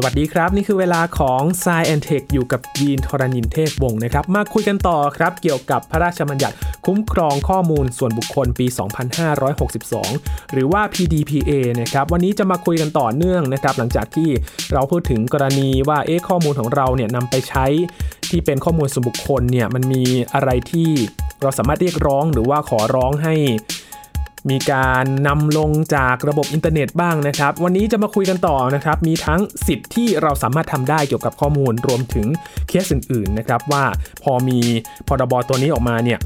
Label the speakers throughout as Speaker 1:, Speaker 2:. Speaker 1: สวัสดีครับ นี่คือเวลาของ s ซแอนเทคอยู่กับยีนทรณินเทพวงศ์นะครับ มาคุยกันต่อครับ เกี่ยวกับพระราชบัญญัติคุ้มครองข้อมูลส่วนบุคคลปี 2562 หรือว่า PDPA นะครับ วันนี้จะมาคุยกันต่อเนื่องนะครับ หลังจากที่เราพูดถึงกรณีว่าเอ๊ะข้อมูลของเราเนี่ยนำไปใช้ที่เป็นข้อมูลส่วนบุคคลเนี่ยมันมีอะไรที่เราสามารถเรียกร้องหรือว่าขอร้องให้ มีการนำลงจากระบบอินเทอร์เน็ตบ้างนะครับ วันนี้จะมาคุยกันต่อนะครับ มีทั้งสิทธิ์ที่เราสามารถทำได้เกี่ยวกับข้อมูลรวมถึงเคสอื่นๆนะครับ ว่าพอมีพรบตัวนี้ออกมาเนี่ย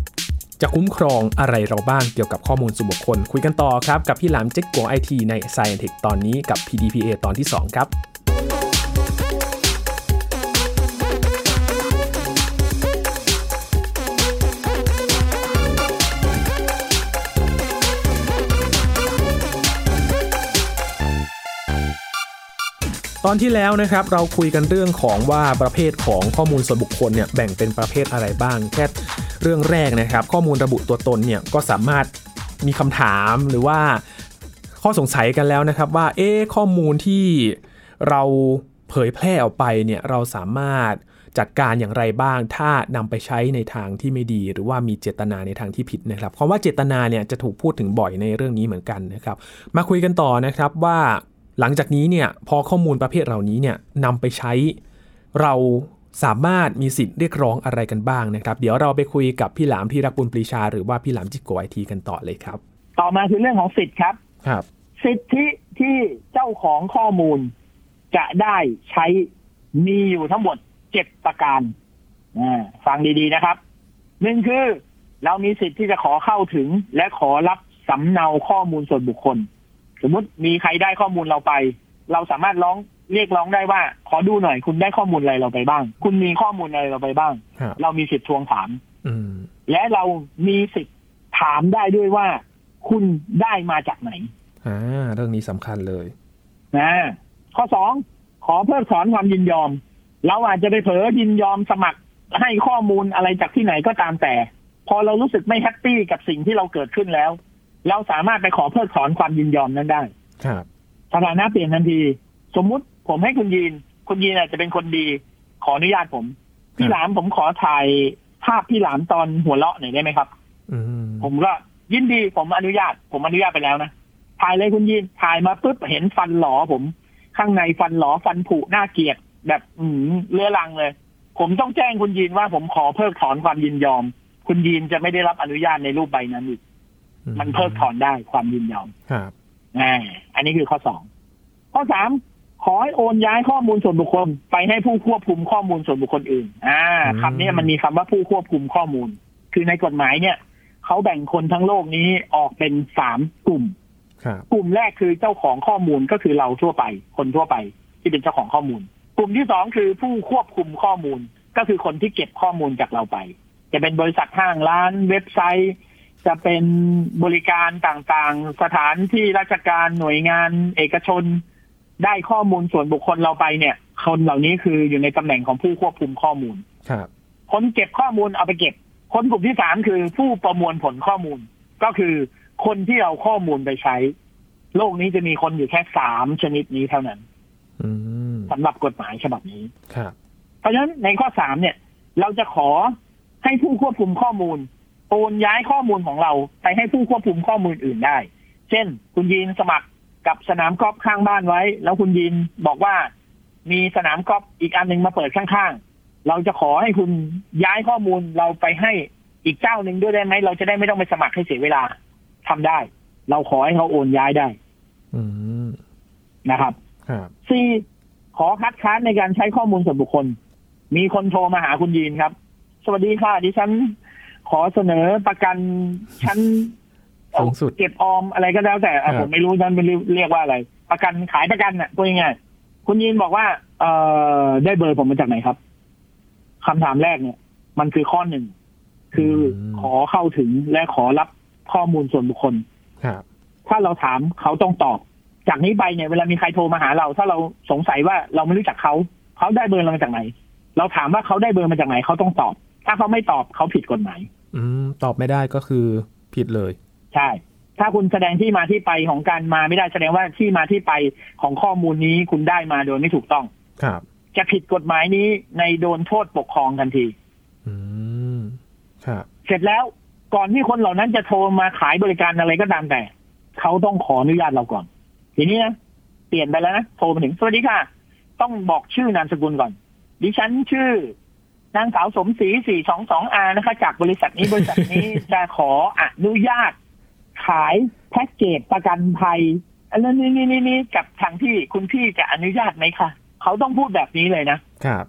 Speaker 1: จะคุ้มครองอะไรเราบ้างเกี่ยวกับข้อมูลส่วนบุคคล คุยกันต่อครับ กับพี่หลามเจ๊กกัวไอทีใน s c i e n t e c h ตอนนี้กับ PDPA ตอนที่ 2 ครับ ตอนที่แล้วนะครับเราคุยกันเรื่องของว่าประเภทของข้อมูลส่วนบุคคลเนี่ยแบ่งเป็นประเภทอะไรบ้าง แค่เรื่องแรกนะครับ ข้อมูลระบุตัวตนเนี่ยก็สามารถมีคำถามหรือว่าข้อสงสัยกันแล้วนะครับว่าเอ๊ะข้อมูลที่เราเผยแพร่ออกไปเนี่ยเราสามารถจัดการอย่างไรบ้าง ถ้านำไปใช้ในทางที่ไม่ดี หรือว่ามีเจตนาในทางที่ผิดนะครับคำว่าเจตนาเนี่ยจะถูกพูดถึงบ่อยในเรื่องนี้เหมือนกันนะครับ มาคุยกันต่อนะครับว่า หลังจากนี้เนี่ยพอข้อมูลประเภทเหล่านี้เนี่ยนำไปใช้ เราสามารถมีสิทธิ์เรียกร้องอะไรกันบ้างนะครับ เดี๋ยวเราไปคุยกับพี่หลามที่รักบุญปรีชา หรือว่าพี่หลามจิโกไอทีกันต่อเลยครับ
Speaker 2: ต่อมาคือเรื่องของสิทธิ์ครับ
Speaker 1: ครับ
Speaker 2: สิทธิที่เจ้าของข้อมูลจะได้ใช้มีอยู่ทั้งหมดเจ็ดประการอ่าฟังดีๆนะครับหนึ่งคือ เรามีสิทธิ์ที่จะขอเข้าถึง และขอรับสำเนาข้อมูลส่วนบุคคล สมมติมีใครได้ข้อมูลเราไป เราสามารถร้องเรียกร้องได้ว่า ขอดูหน่อยคุณได้ข้อมูลอะไรเราไปบ้าง คุณมีข้อมูลอะไรเราไปบ้าง
Speaker 1: ครับ
Speaker 2: เรามีสิทธิ์ทวงถาม
Speaker 1: อืม
Speaker 2: และเรามีสิทธิ์ถามได้ด้วยว่า คุณได้มาจากไหน
Speaker 1: อ่า เรื่องนี้สำคัญเลย
Speaker 2: นะข้อสองขอเพิกถอนความยินยอม เราอาจจะไปเผลอยินยอมสมัครให้ข้อมูลอะไรจากที่ไหนก็ตามแต่ พอเรารู้สึกไม่แฮปปี้กับสิ่งที่เราเกิดขึ้นแล้ว เราสามารถไปขอเพิกถอนความยินยอมนั้นได้
Speaker 1: ครับ
Speaker 2: สถานะเปลี่ยนทันที สมมุติผมให้คุณยีน คุณยีนอาจจะเป็นคนดี ขออนุญาตผม พี่หลามผมขอถ่ายภาพพี่หลามตอนหัวเราะหน่อยได้ไหมครับ
Speaker 1: อืม
Speaker 2: ผมก็ยินดีผมอนุญาต ผมอนุญาตไปแล้วนะถ่ายเลยคุณยินถ่ายมาปุ๊บเห็นฟันหลอผม ข้างในฟันหลอฟันผุหน้าเกลียดแบบอือหือเลื้อรังเลย ผมต้องแจ้งคุณยินว่าผมขอเพิกถอนความยินยอม คุณยินจะไม่ได้รับอนุญาตในรูปใบนั้นอีกมันเพิกถอนได้ความยินยอม
Speaker 1: ครับ
Speaker 2: อ่าอันนี้คือข้อสองข้อสามขอให้โอนย้ายข้อมูลส่วนบุคคล ไปให้ผู้ควบคุมข้อมูลส่วนบุคคลอื่น อ่า
Speaker 1: อืม
Speaker 2: คำนี้มันมีคำว่าผู้ควบคุมข้อมูล คือในกฎหมายเนี่ย เขาแบ่งคนทั้งโลกนี้ออกเป็นสามกลุ่ม
Speaker 1: ครับ
Speaker 2: กลุ่มแรกคือเจ้าของข้อมูลก็คือเราทั่วไป คนทั่วไปที่เป็นเจ้าของข้อมูล กลุ่มที่สองคือผู้ควบคุมข้อมูล ก็คือคนที่เก็บข้อมูลจากเราไป จะเป็นบริษัทห้างร้านเว็บไซต์ จะเป็นบริการต่างๆ สถานที่ราชการหน่วยงาน เอกชน ได้ข้อมูลส่วนบุคคลเราไปเนี่ย คนเหล่านี้คืออยู่ในตำแหน่งของผู้ควบคุมข้อมูล
Speaker 1: ครับ
Speaker 2: คนเก็บข้อมูลเอาไปเก็บ คนกลุ่มที่สามคือผู้ประมวลผลข้อมูล ก็คือคนที่เอาข้อมูลไปใช้ โลกนี้จะมีคนอยู่แค่สามชนิดนี้เท่านั้น
Speaker 1: อืม
Speaker 2: สำหรับกฎหมายฉบับนี้
Speaker 1: ครับ
Speaker 2: เพราะฉะนั้นในข้อสามเนี่ย เราจะขอให้ผู้ควบคุมข้อมูลโอนย้ายข้อมูลของเราไปให้ผู้ควบคุมข้อมูลอื่นได้ เช่น คุณยีนสมัครกับสนามกอล์ฟข้างบ้านไว้ แล้วคุณยีนบอกว่า มีสนามกอล์ฟอีกอันหนึ่งมาเปิดข้างๆ เราจะขอให้คุณย้ายข้อมูลเราไปให้อีกเจ้าหนึ่งด้วยได้ไหมเราจะได้ไม่ต้องไปสมัครให้เสียเวลาทำได้ เราขอให้เขาโอนย้ายได้
Speaker 1: อืม
Speaker 2: นะครับ
Speaker 1: ครับ
Speaker 2: สี่ขอคัดค้านในการใช้ข้อมูลส่วนบุคคล มีคนโทรมาหาคุณยีนครับ สวัสดีค่ะดิฉัน ขอเสนอประกันชั้น
Speaker 1: สูงสุด
Speaker 2: เก็บออมอะไรก็แล้วแต่อ่ะ
Speaker 1: ครับ
Speaker 2: ผมไม่รู้นั้นเป็นเรียกว่าอะไร ประกันขายประกันน่ะพูดง่ายๆคุณยีนบอกว่า เออได้เบอร์ผมมาจากไหนครับคำถามแรกเนี่ย มันคือข้อหนึ่งคือขอเข้าถึงและขอรับข้อมูลส่วนบุคคล
Speaker 1: ครับ
Speaker 2: ถ้าเราถามเขาต้องตอบ จากนี้ไปเนี่ยเวลามีใครโทรมาหาเรา ถ้าเราสงสัยว่าเราไม่รู้จักเขาเขาได้เบอร์เรามาจากไหน เราถามว่าเขาได้เบอร์มาจากไหนเขาต้องตอบ ถ้าเขาไม่ตอบเขาผิดกฎหมาย
Speaker 1: อืม ตอบไม่ได้ก็คือผิดเลย
Speaker 2: ใช่ ถ้าคุณแสดงที่มาที่ไปของการมาไม่ได้แสดงว่าที่มาที่ไปของข้อมูลนี้คุณได้มาโดยไม่ถูกต้อง
Speaker 1: ครับ
Speaker 2: จะผิดกฎหมายนี้ในโดนโทษปกครองทันที
Speaker 1: อืม ครับ
Speaker 2: เสร็จแล้วก่อนที่คนเหล่านั้นจะโทรมาขายบริการอะไรก็ตามแต่ เขาต้องขออนุญาตเราก่อน ทีนี้นะเปลี่ยนไปแล้วนะโทรมาถึงสวัสดีค่ะ ต้องบอกชื่อนามสกุลก่อน ดิฉันชื่อนางสาวสมศรีสี่สองสองอานะคะ จากบริษัทนี้บริษัทนี้ จะขออนุญาต ขายแพ็กเกจประกันภัยอันนั้นนี่นี่นี่นี่กับทางที่คุณพี่จะอนุญาตไหมคะเขาต้องพูดแบบนี้เลยนะ
Speaker 1: ครับ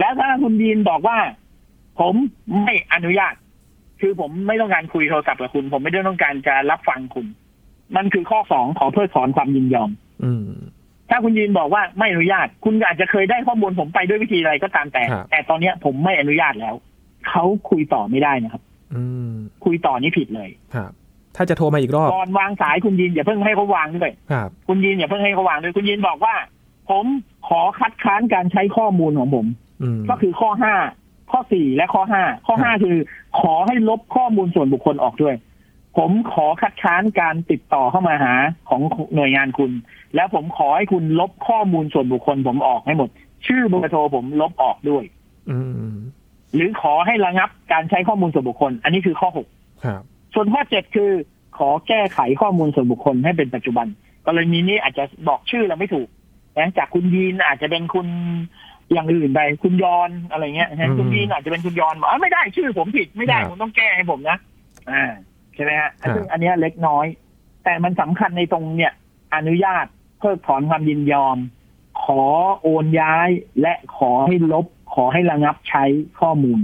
Speaker 2: แล้วถ้าคุณยีนบอกว่า ผมไม่อนุญาต คือผมไม่ต้องการคุยโทรศัพท์กับคุณ ผมไม่ได้ต้องการจะรับฟังคุณ มันคือข้อสองขอเพิกถอนความยินยอม
Speaker 1: อืม
Speaker 2: ถ้าคุณยืนบอกว่าไม่อนุญาต คุณอาจจะเคยได้ข้อมูลผมไปด้วยวิธีอะไรก็ตามแต่
Speaker 1: ครับ
Speaker 2: แต่ตอนเนี้ยผมไม่อนุญาตแล้ว เขาคุยต่อไม่ได้นะครับ
Speaker 1: อืม
Speaker 2: คุยต่อนี่ผิดเลย
Speaker 1: ครับ ถ้าจะโทรมาอีกรอบ
Speaker 2: ก่อนวางสายคุณยินอย่าเพิ่งให้เขาวางด้วย
Speaker 1: ครับ
Speaker 2: คุณยินอย่าเพิ่งให้เขาวางด้วยคุณยินบอกว่า ผมขอคัดค้านการใช้ข้อมูลของผม
Speaker 1: อืม
Speaker 2: ก็คือข้อห้า ข้อสี่และข้อห้า ข้อ
Speaker 1: ครั
Speaker 2: ห้า
Speaker 1: บ
Speaker 2: คือ ขอให้ลบข้อมูลส่วนบุคคลออกด้วย ผมขอคัดค้านการติดต่อเข้ามาหาของหน่วยงานคุณ แล้วผมขอให้คุณลบข้อมูลส่วนบุคคลผมออกให้หมด ชื่อเบอร์โทรผมลบออกด้วย
Speaker 1: อืม
Speaker 2: หรือขอให้ระงับการใช้ข้อมูลส่วนบุคคล อันนี้คือข้อหก
Speaker 1: ครับ
Speaker 2: ส่วนข้อเจ็ดคือ ขอแก้ไขข้อมูลส่วนบุคคลให้เป็นปัจจุบันกรณีนี้อาจจะบอกชื่อเราไม่ถูกนะจากคุณยีนอาจจะเป็นคุณอย่างอื่นไปคุณยอนอะไรเงี้ยนะ
Speaker 1: อืม
Speaker 2: คุณยีนอาจจะเป็นคุณยอนบอกเอ้ยไม่ได้ชื่อผมผิดไม่ได้
Speaker 1: ครับ
Speaker 2: ผมต้องแก้ให้ผมนะอ่าใช่ไหมฮะ
Speaker 1: ครับ
Speaker 2: ซึ่งอันเนี้ยเล็กน้อย แต่มันสำคัญในตรงเนี่ย อนุญาตเพิกถอนความยินยอม ขอโอนย้ายและขอให้ลบ ขอให้ระงับใช้ข้อมูล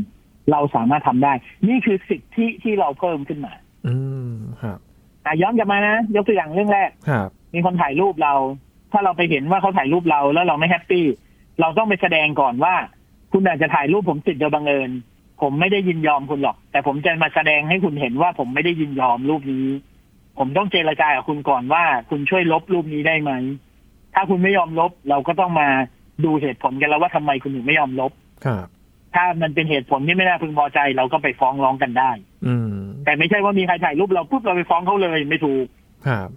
Speaker 2: เราสามารถทำได้ นี่คือสิทธิที่เราเพิ่มขึ้นมา
Speaker 1: อืม ครับ
Speaker 2: อ่ะย้อนกลับมานะ ยกตัวอย่างเรื่องแรก
Speaker 1: ครับ
Speaker 2: มีคนถ่ายรูปเรา ถ้าเราไปเห็นว่าเขาถ่ายรูปเราแล้วเราไม่แฮปปี้ เราต้องไปแสดงก่อนว่า คุณอาจจะถ่ายรูปผมติดโดยบังเอิญ ผมไม่ได้ยินยอมคุณหรอก แต่ผมจะมาแสดงให้คุณเห็นว่าผมไม่ได้ยินยอมรูปนี้ ผมต้องเจรจากับคุณก่อนว่า คุณช่วยลบรูปนี้ได้ไหม ถ้าคุณไม่ยอมลบ เราก็ต้องมาดูเหตุผลกันแล้วว่าทำไมคุณถึงไม่ยอมลบ
Speaker 1: ครับ
Speaker 2: ถ้ามันเป็นเหตุผลที่ไม่น่าพึงพอใจ เราก็ไปฟ้องร้องกันได้
Speaker 1: อืม
Speaker 2: แต่ไม่ใช่ว่ามีใครถ่ายรูปเราปุ๊บเราไปฟ้องเขาเลยไม่ถูก
Speaker 1: ครับ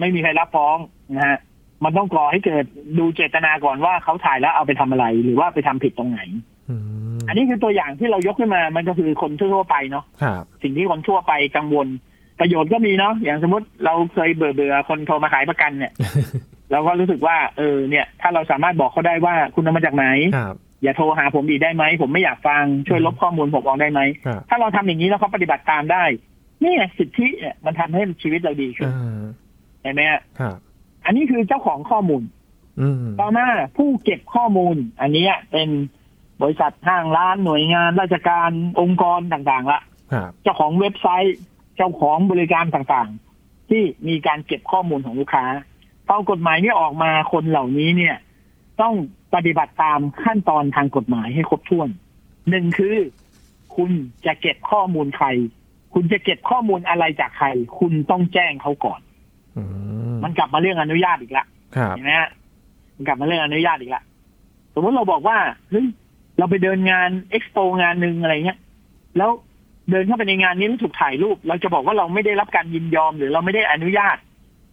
Speaker 2: ไม่มีใครรับฟ้องนะฮะ มันต้องก่อให้เกิดดูเจตนาก่อนว่าเขาถ่ายแล้วเอาไปทำอะไร หรือว่าไปทำผิดตรงไหน
Speaker 1: อืม
Speaker 2: อันนี้คือตัวอย่างที่เรายกขึ้นมา มันก็คือคนทั่วๆไปเนาะ
Speaker 1: ครับ
Speaker 2: สิ่งที่คนทั่วไปกังวล ประโยชน์ก็มีเนาะ อย่างสมมติเราเคยเบื่อเบื่อๆคนโทรมาขายประกัน เนี่ย เราก็รู้สึกว่า เออ เนี่ย ถ้าเราสามารถบอกเขาได้ว่าคุณเอามาจากไหน
Speaker 1: ครับ
Speaker 2: อย่าโทรหาผมอีกได้ไหม ผมไม่อยากฟัง ช่วยลบข้อมูลผมออกได้ไหม
Speaker 1: ครับ
Speaker 2: ถ้าเราทำอย่างนี้แล้วเขาปฏิบัติตามได้ นี่ไงสิทธิเนี่ยมันทำให้ชีวิตเราดีขึ้น
Speaker 1: อ่า
Speaker 2: เห็นไหมฮะ
Speaker 1: ครับ
Speaker 2: อันนี้คือเจ้าของข้อมูล
Speaker 1: อืม
Speaker 2: ต่อมาผู้เก็บข้อมูล อันเนี้ยเป็นบริษัทห้างร้านหน่วยงาน ราชการองค์กรต่างๆละ
Speaker 1: ครับ
Speaker 2: เจ้าของเว็บไซต์ เจ้าของบริการต่างๆ ที่มีการเก็บข้อมูลของลูกค้าพอกฎหมายนี้ออกมาคนเหล่านี้เนี่ย ต้องปฏิบัติตามขั้นตอนทางกฎหมายให้ครบถ้วนหนึ่งคือ คุณจะเก็บข้อมูลใคร คุณจะเก็บข้อมูลอะไรจากใคร คุณต้องแจ้งเขาก่อน
Speaker 1: อืม
Speaker 2: มันกลับมาเรื่องอนุญาตอีกละ
Speaker 1: ครับ
Speaker 2: เห็นไหมฮะมันกลับมาเรื่องอนุญาตอีกละสมมติเราบอกว่าเฮ้ยเราไปเดินงานเอ็กซ์โปงานหนึ่งอะไรเงี้ย แล้วเดินเข้าไปในงานนี้แล้วถูกถ่ายรูป เราจะบอกว่าเราไม่ได้รับการยินยอม หรือเราไม่ได้อนุญาต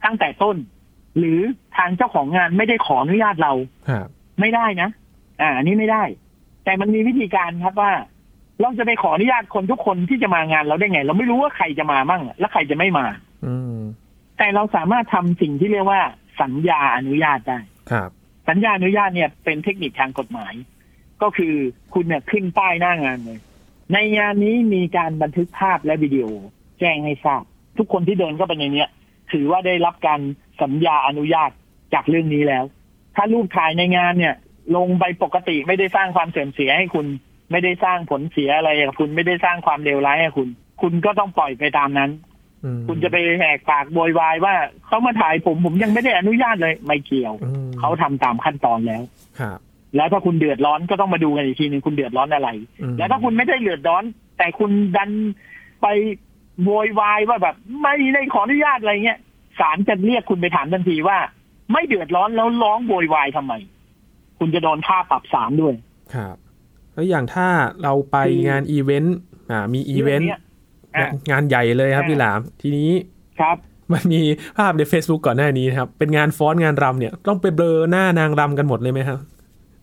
Speaker 2: ตั้งแต่ต้น หรือทางเจ้าของงานไม่ได้ขออนุญาตเรา
Speaker 1: ครับ
Speaker 2: ไม่ได้นะ อ่า อันนี้ไม่ได้ แต่มันมีวิธีการครับว่า เราจะไปขออนุญาตคนทุกคนที่จะมางานเราได้ไง เราไม่รู้ว่าใครจะมามั่งและใครจะไม่มา
Speaker 1: อืม
Speaker 2: แต่เราสามารถทำสิ่งที่เรียกว่าสัญญาอนุญาตได้
Speaker 1: ครับ
Speaker 2: สัญญาอนุญาตเนี่ยเป็นเทคนิคทางกฎหมาย ก็คือคุณเนี่ยขึ้นป้ายหน้างานเลย ในงานนี้มีการบันทึกภาพและวิดีโอ แจ้งให้ทราบ ทุกคนที่เดินเข้าไปในเนี้ยถือว่าได้รับการสัญญาอนุญาตจากเรื่องนี้แล้ว ถ้ารูปถ่ายในงานเนี่ย ลงไปปกติไม่ได้สร้างความเสื่อมเสียให้คุณ ไม่ได้สร้างผลเสียอะไรกับคุณไม่ได้สร้างความเลวร้ายให้คุณ คุณก็ต้องปล่อยไปตามนั้น
Speaker 1: อืม
Speaker 2: คุณจะไปแหกปากโวยวายว่าเขามาถ่ายผมผมยังไม่ได้อนุญาตเลยไม่เกี่ยว
Speaker 1: อืม
Speaker 2: เขาทำตามขั้นตอนแล้ว
Speaker 1: ครับ
Speaker 2: แล้วถ้าคุณเดือดร้อนก็ต้องมาดูกันอีกทีหนึ่งคุณเดือดร้อนอะไร
Speaker 1: อืม
Speaker 2: แล้วถ้าคุณไม่ได้เดือดร้อน แต่คุณดันไปโวยวายว่าแบบไม่ได้ขออนุญาตอะไรเงี้ยศาลจะเรียกคุณไปถามทันทีว่า ไม่เดือดร้อนแล้วร้องโวยวายทำไม คุณจะโดนค่าปรับศาลด้วย
Speaker 1: ครับ แล้วอย่างถ้าเราไป
Speaker 2: คือ
Speaker 1: งานอีเวนต์ อ่า มีอีเวนต์
Speaker 2: รื่งยอ่ะ
Speaker 1: งานใหญ่เลยครับ
Speaker 2: อ่ะ
Speaker 1: พี่หลาม ทีนี้
Speaker 2: ครับ
Speaker 1: มันมีภาพใน Facebook ก่อนหน้านี้นะครับ เป็นงานฟ้อนงานรำเนี่ย ต้องไปเบลอหน้านางรำกันหมดเลยไหมครับ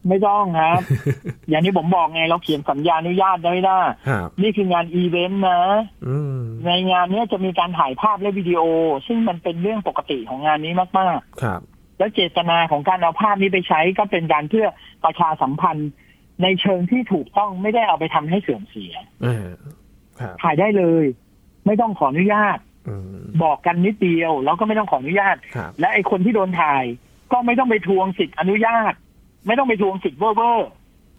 Speaker 2: ไม่ต้องครับ อย่างที่ผมบอกไงเราเขียนสัญญาอนุญาตได้นะ
Speaker 1: รับ
Speaker 2: นี่คืองานอีเวนต์นะ
Speaker 1: อืม
Speaker 2: ในงานเนี้ยจะมีการถ่ายภาพและวิดีโอ ซึ่งมันเป็นเรื่องปกติของงานนี้มาก
Speaker 1: ครับ
Speaker 2: ๆ แล้วเจตนาของการเอาภาพนี้ไปใช้ก็เป็นการเพื่อประชาสัมพันธ์ ในเชิงที่ถูกต้องไม่ได้เอาไปทำให้เสื่อมเสีย
Speaker 1: อ่าครับ
Speaker 2: ถ่ายได้เลย ไม่ต้องขออนุญาต
Speaker 1: อืม
Speaker 2: บอกกันนิดเดียว แล้วก็ไม่ต้องขออนุญาต
Speaker 1: ครับ
Speaker 2: และไอคนที่โดนถ่าย ก็ไม่ต้องไปทวงสิทธิ์อนุญาต ไม่ต้องไปทวงสิทธิ์เว่อร์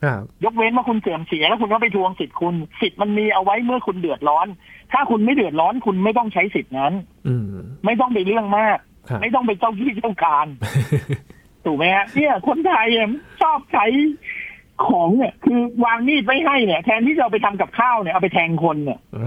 Speaker 1: ครับ
Speaker 2: ๆยกเว้นว่าคุณเสื่อมเสียแล้วคุณก็ไปทวงสิทธิ์คุณ สิทธิ์มันมีเอาไว้เมื่อคุณเดือดร้อน ถ้าคุณไม่เดือดร้อนคุณไม่ต้องใช้สิทธิ์นั้น
Speaker 1: อืม
Speaker 2: ไม่ต้องไปเรื่องมาก
Speaker 1: ครับ
Speaker 2: ไม่ต้องไปเจ้าที่เจ้าการ ถูกไหมฮะเนี่ยคนไทยอะชอบใช้ของเนี่ย คือวางมีดไม่ให้เนี่ย แทนที่จะเอาไปทำกับข้าวเนี่ยเอาไปแทงคนเนี่ย
Speaker 1: เอ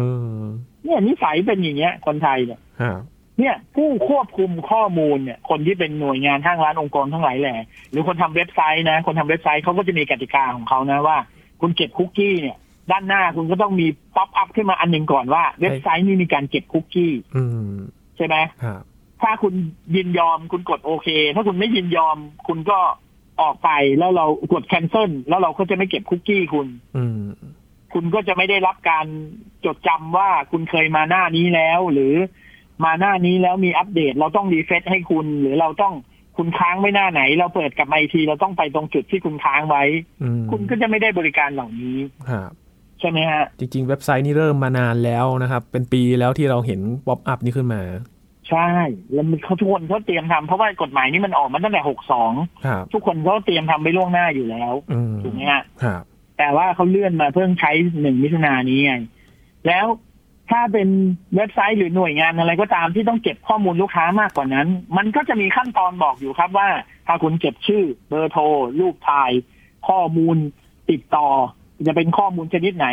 Speaker 1: อ
Speaker 2: เนี่ยนิสัยเป็นอย่างเงี้ย คนไทยเนี่ย
Speaker 1: ครับ
Speaker 2: เนี่ยผู้ควบคุมข้อมูลเนี่ย คนที่เป็นหน่วยงานห้างร้านองค์กรทั้งหลายแหล่หรือคนทำเว็บไซต์นะ คนทำเว็บไซต์เขาก็จะมีกติกาของเขานะว่า คุณเก็บคุกกี้เนี่ย ด้านหน้าคุณก็ต้องมีป๊อปอัพขึ้นมาอันหนึ่งก่อนว่า เว็บไซต์นี่มีการเก็บคุกกี้
Speaker 1: อืม
Speaker 2: ใช่ไหม
Speaker 1: ครับ
Speaker 2: ถ้าคุณยินยอมคุณกดโอเค ถ้าคุณไม่ยินยอมคุณก็ออกไปแล้วเรากดแคนเซิลแล้วเราก็จะไม่เก็บคุกกี้คุณ
Speaker 1: อืม
Speaker 2: คุณก็จะไม่ได้รับการจดจำว่าคุณเคยมาหน้านี้แล้ว หรือมาหน้านี้แล้วมีอัปเดต เราต้องรีเฟซให้คุณ หรือเราต้องคุณค้างไว้หน้าไหน เราเปิดกลับไอกที เราต้องไปตรงจุดที่คุณค้างไว้
Speaker 1: อืม
Speaker 2: คุณก็จะไม่ได้บริการเหล่านี้
Speaker 1: ครับ
Speaker 2: ใช่ไหมฮะ
Speaker 1: จริง ๆ เว็บไซต์นี่เริ่มมานานแล้วนะครับ เป็นปีแล้วที่เราเห็นป๊อปอัพนี้ขึ้นมา
Speaker 2: ใช่ แล้วมันเขาทุกคนเขาเตรียมทำเพราะว่ากฎหมายนี้มันออกมาตั้งแต่หกสอง
Speaker 1: ครับ
Speaker 2: ทุกคนเขาเตรียมทำไปล่วงหน้าอยู่แล้ว
Speaker 1: อืม
Speaker 2: ถูกไหมฮะ
Speaker 1: ครับ
Speaker 2: แต่ว่าเขาเลื่อนมาเพิ่งใช้หนึ่งมิถุนายนนี้ไง แล้วถ้าเป็นเว็บไซต์หรือหน่วยงานอะไรก็ตามที่ต้องเก็บข้อมูลลูกค้ามากกว่านั้น มันก็จะมีขั้นตอนบอกอยู่ครับว่า ถ้าคุณเก็บชื่อเบอร์โทร รูปถ่าย ข้อมูลติดต่อ จะเป็นข้อมูลชนิดไหน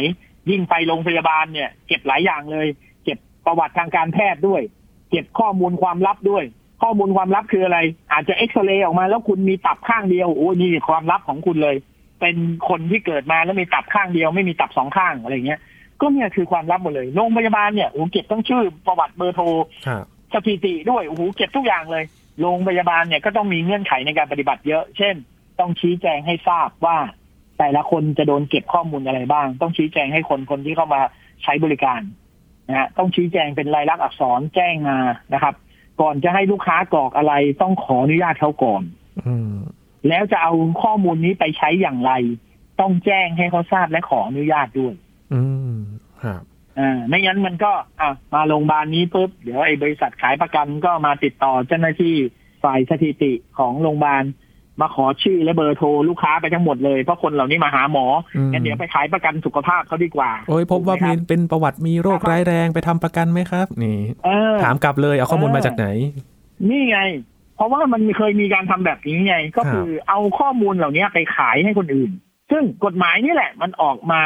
Speaker 2: ยิ่งไปโรงพยาบาลเนี่ย เก็บหลายอย่างเลย เก็บประวัติทางการแพทย์ด้วย เก็บข้อมูลความลับด้วย ข้อมูลความลับคืออะไร อาจจะเอ็กซเรย์ออกมาแล้วคุณมีตับข้างเดียวโอ้ยนี่ความลับของคุณเลย เป็นคนที่เกิดมาแล้วมีตับข้างเดียวไม่มีตับสองข้างอะไรเงี้ย ก็เนี่ยคือความลับหมดเลยโรงพยาบาลเนี่ยโอ้โหเก็บทั้งชื่อประวัติเบอร์โทร
Speaker 1: ครับ
Speaker 2: สถิติด้วยโอ้โหเก็บทุกอย่างเลยโรงพยาบาลเนี่ยก็ต้องมีเงื่อนไขในการปฏิบัติเยอะ เช่น ต้องชี้แจงให้ทราบว่า แต่ละคนจะโดนเก็บข้อมูลอะไรบ้าง ต้องชี้แจงให้คนคนที่เข้ามาใช้บริการนะฮะต้องชี้แจงเป็นลายลักษณ์อักษรแจ้งมานะครับ ก่อนจะให้ลูกค้ากรอกอะไร ต้องขออนุญาตเขาก่อน
Speaker 1: อืม
Speaker 2: แล้วจะเอาข้อมูลนี้ไปใช้อย่างไร ต้องแจ้งให้เขาทราบและขออนุญาตด้วย
Speaker 1: อืมครับ
Speaker 2: อ่าไม่งั้นมันก็อ่ะมาโรงพยาบาลนี้ปุ๊บเดี๋ยวไอ้บริษัทขายประกันก็มาติดต่อเจ้าหน้าที่ฝ่ายสถิติของโรงพยาบาล มาขอชื่อและเบอร์โทรลูกค้าไปทั้งหมดเลยเพราะคนเหล่านี้มาหาหมอ
Speaker 1: อืม
Speaker 2: งั้นเดี๋ยวไปขายประกันสุขภาพเขาดีกว่า
Speaker 1: โอ้ยพบว่า
Speaker 2: ถูกไห
Speaker 1: มี
Speaker 2: มครั
Speaker 1: เป็นประวัติมีโรคร้ายแรงไปทำประกันไหมครับ นี่
Speaker 2: เออ
Speaker 1: ถามกลับเลยเอาข้อมูล
Speaker 2: เออ
Speaker 1: มาจากไหน
Speaker 2: นี่ไง เพราะว่ามันเคยมีการทำแบบนี้ไง ก็คือเอาข้อมูลเหล่านี้ไปขายให้คนอื่น ซึ่งกฎหมายนี่แหละ มันออกมา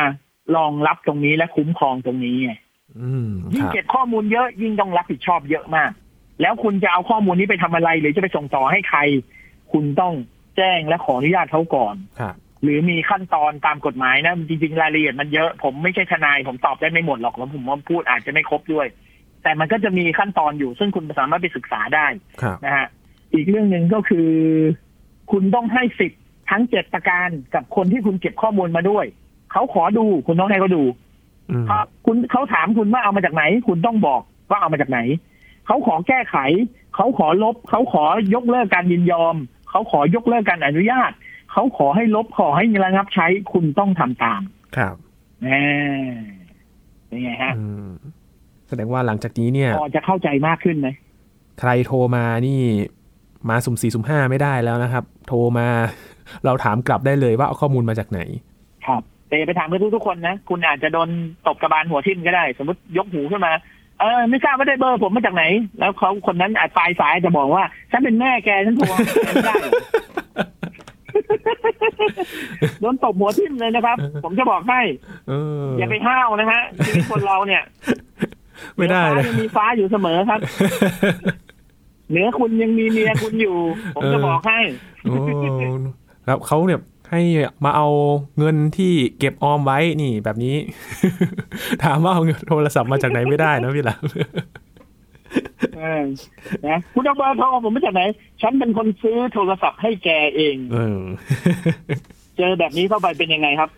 Speaker 2: รองรับตรงนี้และคุ้มครองตรงนี้ไง
Speaker 1: อืม
Speaker 2: ยิ่
Speaker 1: ค
Speaker 2: ง
Speaker 1: รับ
Speaker 2: เก็บข้อมูลเยอะยิ่งต้องรับผิดชอบเยอะมาก แล้วคุณจะเอาข้อมูลนี้ไปทำอะไร หรือจะไปส่งต่อให้ใคร คุณต้องแจ้งและขออนุญาตเขาก่อน
Speaker 1: ครับ
Speaker 2: หรือมีขั้นตอนตามกฎหมายนะจริงๆรายละเอียดมันเยอะผมไม่ใช่ทนายผมตอบได้ไม่หมดหรอกแล้วผมว่าพูดอาจจะไม่ครบด้วย แต่มันก็จะมีขั้นตอนอยู่ ซึ่งคุณสามารถไปศึกษาได้
Speaker 1: ครับ
Speaker 2: นะฮะอีกเรื่องหนึ่งก็คือ คุณต้องให้สิทธิ์ทั้งเจ็ดประการกับคนที่คุณเก็บข้อมูลมาด้วย เขาขอดูคุณต้องให้เขาดู
Speaker 1: อืม
Speaker 2: เขาคุณเขาถามคุณว่าเอามาจากไหน คุณต้องบอกว่าเอามาจากไหน เขาขอแก้ไข เขาขอลบ เขาขอยกเลิกการยินยอม เขาขอยกเลิกการอนุญาต เขาขอให้ลบขอให้ระงับใช้คุณต้องทำตาม
Speaker 1: ครับ
Speaker 2: แหมเป็นไงฮะ
Speaker 1: อืมแสดงว่าหลังจากนี้เนี่ย
Speaker 2: พอจะเข้าใจมากขึ้นไหม
Speaker 1: ใครโทรมานี่มาสุ่มสี่สุ่มห้าไม่ได้แล้วนะครับ โทรมา เราถามกลับได้เลยว่าเอาข้อมูลมาจากไหน
Speaker 2: ครับแต่อย่าไปถามเพื่อนทุกๆคนนะ คุณอาจจะโดนตบกระบาลหัวทิ่มก็ได้ สมมติยกหูขึ้นมา เออไม่ทราบว่าได้เบอร์ผมมาจากไหน แล้วเขาคนนั้นอาจปลายสายจะบอกว่า ฉันเป็นแม่แกฉันโทรหา แกไม่ได้หรอกโดนตบหัวทิ่มเลยนะครับ ผมจะบอกให้
Speaker 1: เออ
Speaker 2: อย่าไปห้าวนะฮะชีวิตคนเราเนี่ย
Speaker 1: ไม่ได้
Speaker 2: เหนื
Speaker 1: นะ
Speaker 2: อฟ้ายังมีฟ้าอยู่เสมอครับ เหนือคุณยังมีเมียคุณอยู่ ผมจะบอกให้
Speaker 1: โอ้แล้วเขาเนี่ยให้มาเอาเงินที่เก็บออมไว้นี่แบบนี้ ถามว่าเอาเงินโทรศัพท์มาจากไหนไม่ได้นะพี่หลัง
Speaker 2: เออนะคุณเอาเบอร์โทรผมมาจากไหน ฉันเป็นคนซื้อโทรศัพท์ให้แกเอง
Speaker 1: เออ
Speaker 2: เจอแบบนี้เข้าไปเป็นยังไง ครับ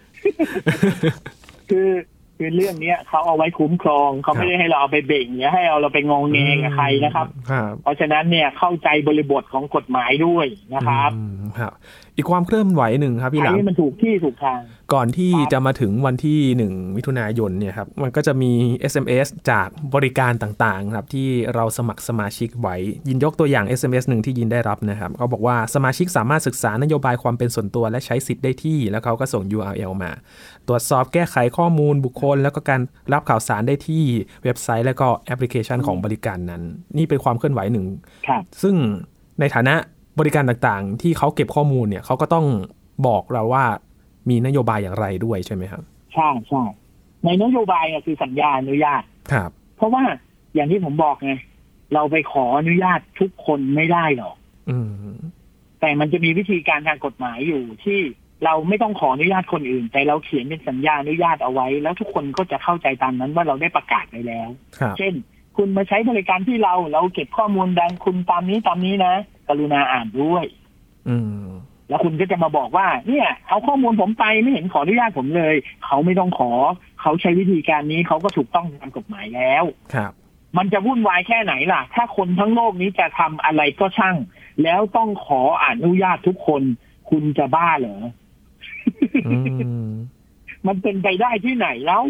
Speaker 2: คือคือเรื่องเนี้ยเขาเอาไว้คุ้มครองเขาไม่ได้ให้เราเอาไปเบ่งเนี่ยให้เอาเราไปงงเงกับใครนะครับ
Speaker 1: ครับ
Speaker 2: เพราะฉะนั้นเนี่ยเข้าใจบริบทของกฎหมายด้วยนะครับ
Speaker 1: อืมครับ อีกความเคลื่อนไหวหนึ่งครับพี่ห
Speaker 2: ใช้
Speaker 1: ลาม
Speaker 2: ให้มันถูกที่ถูกทาง
Speaker 1: ก่อนที่
Speaker 2: ครับ
Speaker 1: จะมาถึงวันที่ 1 มิถุนายนเนี่ยครับมันก็จะมี SMS จากบริการต่างๆครับที่เราสมัครสมาชิกไว้ ยินยกตัวอย่าง SMS หนึ่งที่ยินได้รับนะครับเขาบอกว่าสมาชิกสามารถศึกษานโยบายความเป็นส่วนตัวและใช้สิทธิ์ได้ที่ แล้วเขาก็ส่ง URL มา ตรวจสอบแก้ไขข้อมูลบุคคล แล้วก็การรับข่าวสารได้ที่เว็บไซต์ และก็แอปพลิเคชันของบริการนั้น นี่เป็นความเคลื่อนไหวหนึ่ง
Speaker 2: ครับ
Speaker 1: ซึ่งในฐานะบริการต่างๆ ที่เขาเก็บข้อมูลเนี่ยเขาก็ต้องบอกเราว่ามีนโยบายอย่างไรด้วยใช่ไหมครับ
Speaker 2: ใช่ใช่ในนโยบายอะคือสัญญาอนุญาต
Speaker 1: ครับ
Speaker 2: เพราะว่าอย่างที่ผมบอกไงเราไปขออนุญาตทุกคนไม่ได้หรอก
Speaker 1: อืม
Speaker 2: แต่มันจะมีวิธีการทางกฎหมายอยู่ที่เราไม่ต้องขออนุญาตคนอื่น แต่เราเขียนเป็นสัญญาอนุญาตเอาไว้ แล้วทุกคนก็จะเข้าใจตามนั้นว่าเราได้ประกาศไปแล้ว
Speaker 1: ครับ
Speaker 2: เช่น คุณมาใช้บริการที่เราเราเก็บข้อมูลดังคุณตามนี้ตามนี้นะ กรุณาอ่านด้วย
Speaker 1: อืม
Speaker 2: แล้วคุณก็จะมาบอกว่า เนี่ยเอาข้อมูลผมไปไม่เห็นขออนุญาตผมเลย เขาไม่ต้องขอ เขาใช้วิธีการนี้เขาก็ถูกต้องตามกฎหมายแล้ว
Speaker 1: ครับ
Speaker 2: มันจะวุ่นวายแค่ไหนล่ะ ถ้าคนทั้งโลกนี้จะทำอะไรก็ช่าง แล้วต้องขออนุญาตทุกคน คุณจะบ้าเหรอ
Speaker 1: อืม
Speaker 2: มันเป็นไปได้ที่ไหนแล้ว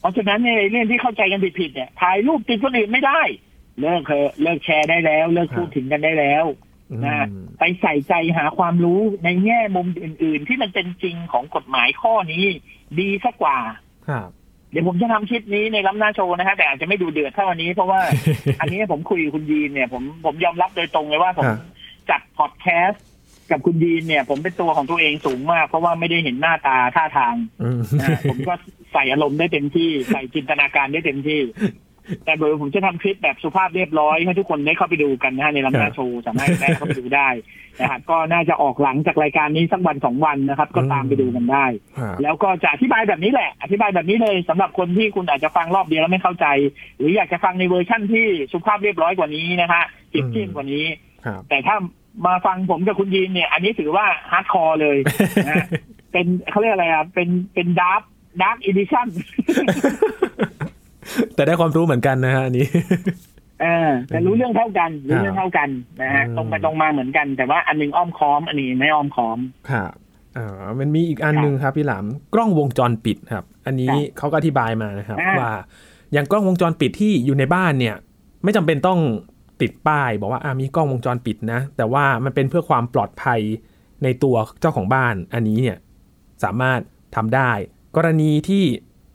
Speaker 2: เพราะฉะนั้นเนี่ยไอ้เรื่องที่เข้าใจกันผิดๆเนี่ยถ่ายรูปติดคนอื่นไม่ได้ เลิกเถอะเลิกแชร์ได้แล้ว เลิกพูดถึงกันได้แล้ว
Speaker 1: อื
Speaker 2: นะ
Speaker 1: ม
Speaker 2: ไปใส่ใจหาความรู้ในแง่มุมอื่น ๆ ที่มันเป็นจริงของกฎหมายข้อนี้ ดีสักกว่า
Speaker 1: ครับ
Speaker 2: เดี๋ยวผมจะทำคลิปนี้ในล้ำหน้าโชว์นะฮะแต่อาจจะไม่ดูเดือดเท่าอันนี้ เพราะว่า อันนี้ผมคุยกับคุณยีนเนี่ยผมผมยอมรับโดยตรงเลยว่าผม
Speaker 1: ฮะ
Speaker 2: จัดพอดแคสต์กับคุณยีนเนี่ย ผมเป็นตัวของตัวเองสูงมาก เพราะว่าไม่ได้เห็นหน้าตาท่า ทาง
Speaker 1: อืม
Speaker 2: นะฮะ ผมก็ใส่อารมณ์ได้เต็มที่ใส่จินตนาการได้เต็มที่ แต่เดี๋ยวผมจะทำคลิปแบบสุภาพเรียบร้อยให้ทุกคนได้เข้าไปดูกันนะฮะในลำหน้า
Speaker 1: ฮะ
Speaker 2: โชว์สามารถได้เข้าไปดูได้นะครับก็น่าจะออกหลังจากรายการนี้สักวันสองวันนะครับ ก็ตามไปดูกันได้
Speaker 1: ครับ
Speaker 2: แล้วก็จะอธิบายแบบนี้แหละ อธิบายแบบนี้เลยสำหรับคนที่คุณอาจจะฟังรอบเดียวแล้วไม่เข้าใจ หรืออยากจะฟังในเวอร์ชั่นที่สุภาพเรียบร้อยกว่านี้นะฮะจิบจิ้มกว่านี้
Speaker 1: ครับ
Speaker 2: แต่ถ้ามาฟังผมกับคุณยีนเนี่ย อันนี้ถือว่าฮาร์ดคอร์ เลยนะฮะ เป็นเขาเรียกอะไรอ่ะเป็นเป็นดาร์ฟดาร์ฟอีดิชั่น
Speaker 1: แต่ได้ความรู้เหมือนกันนะฮะอันนี้
Speaker 2: เออแต่รู้เรื่องเท่ากันรู้เรื่องเท่ากันนะฮะ
Speaker 1: อืม
Speaker 2: ตรงไปตรงมาเหมือนกัน แต่ว่าอันหนึงอ้อมค้อมอันนี้ไม่อ้อมค้อม
Speaker 1: ครับเอ่อมันมีอีกอันหนึ่งครับพี่หลามกล้องวงจรปิดครับ อันนี้เขาก็อธิบายมานะครับ
Speaker 2: อ่า
Speaker 1: ว่าอย่างกล้องวงจรปิดที่อยู่ในบ้านเนี่ย ไม่จำเป็นต้องติดป้าย บอกว่าอ่ามีกล้องวงจรปิดนะ แต่ว่ามันเป็นเพื่อความปลอดภัยในตัวเจ้าของบ้าน อันนี้เนี่ยสามารถทำได้ กรณีที่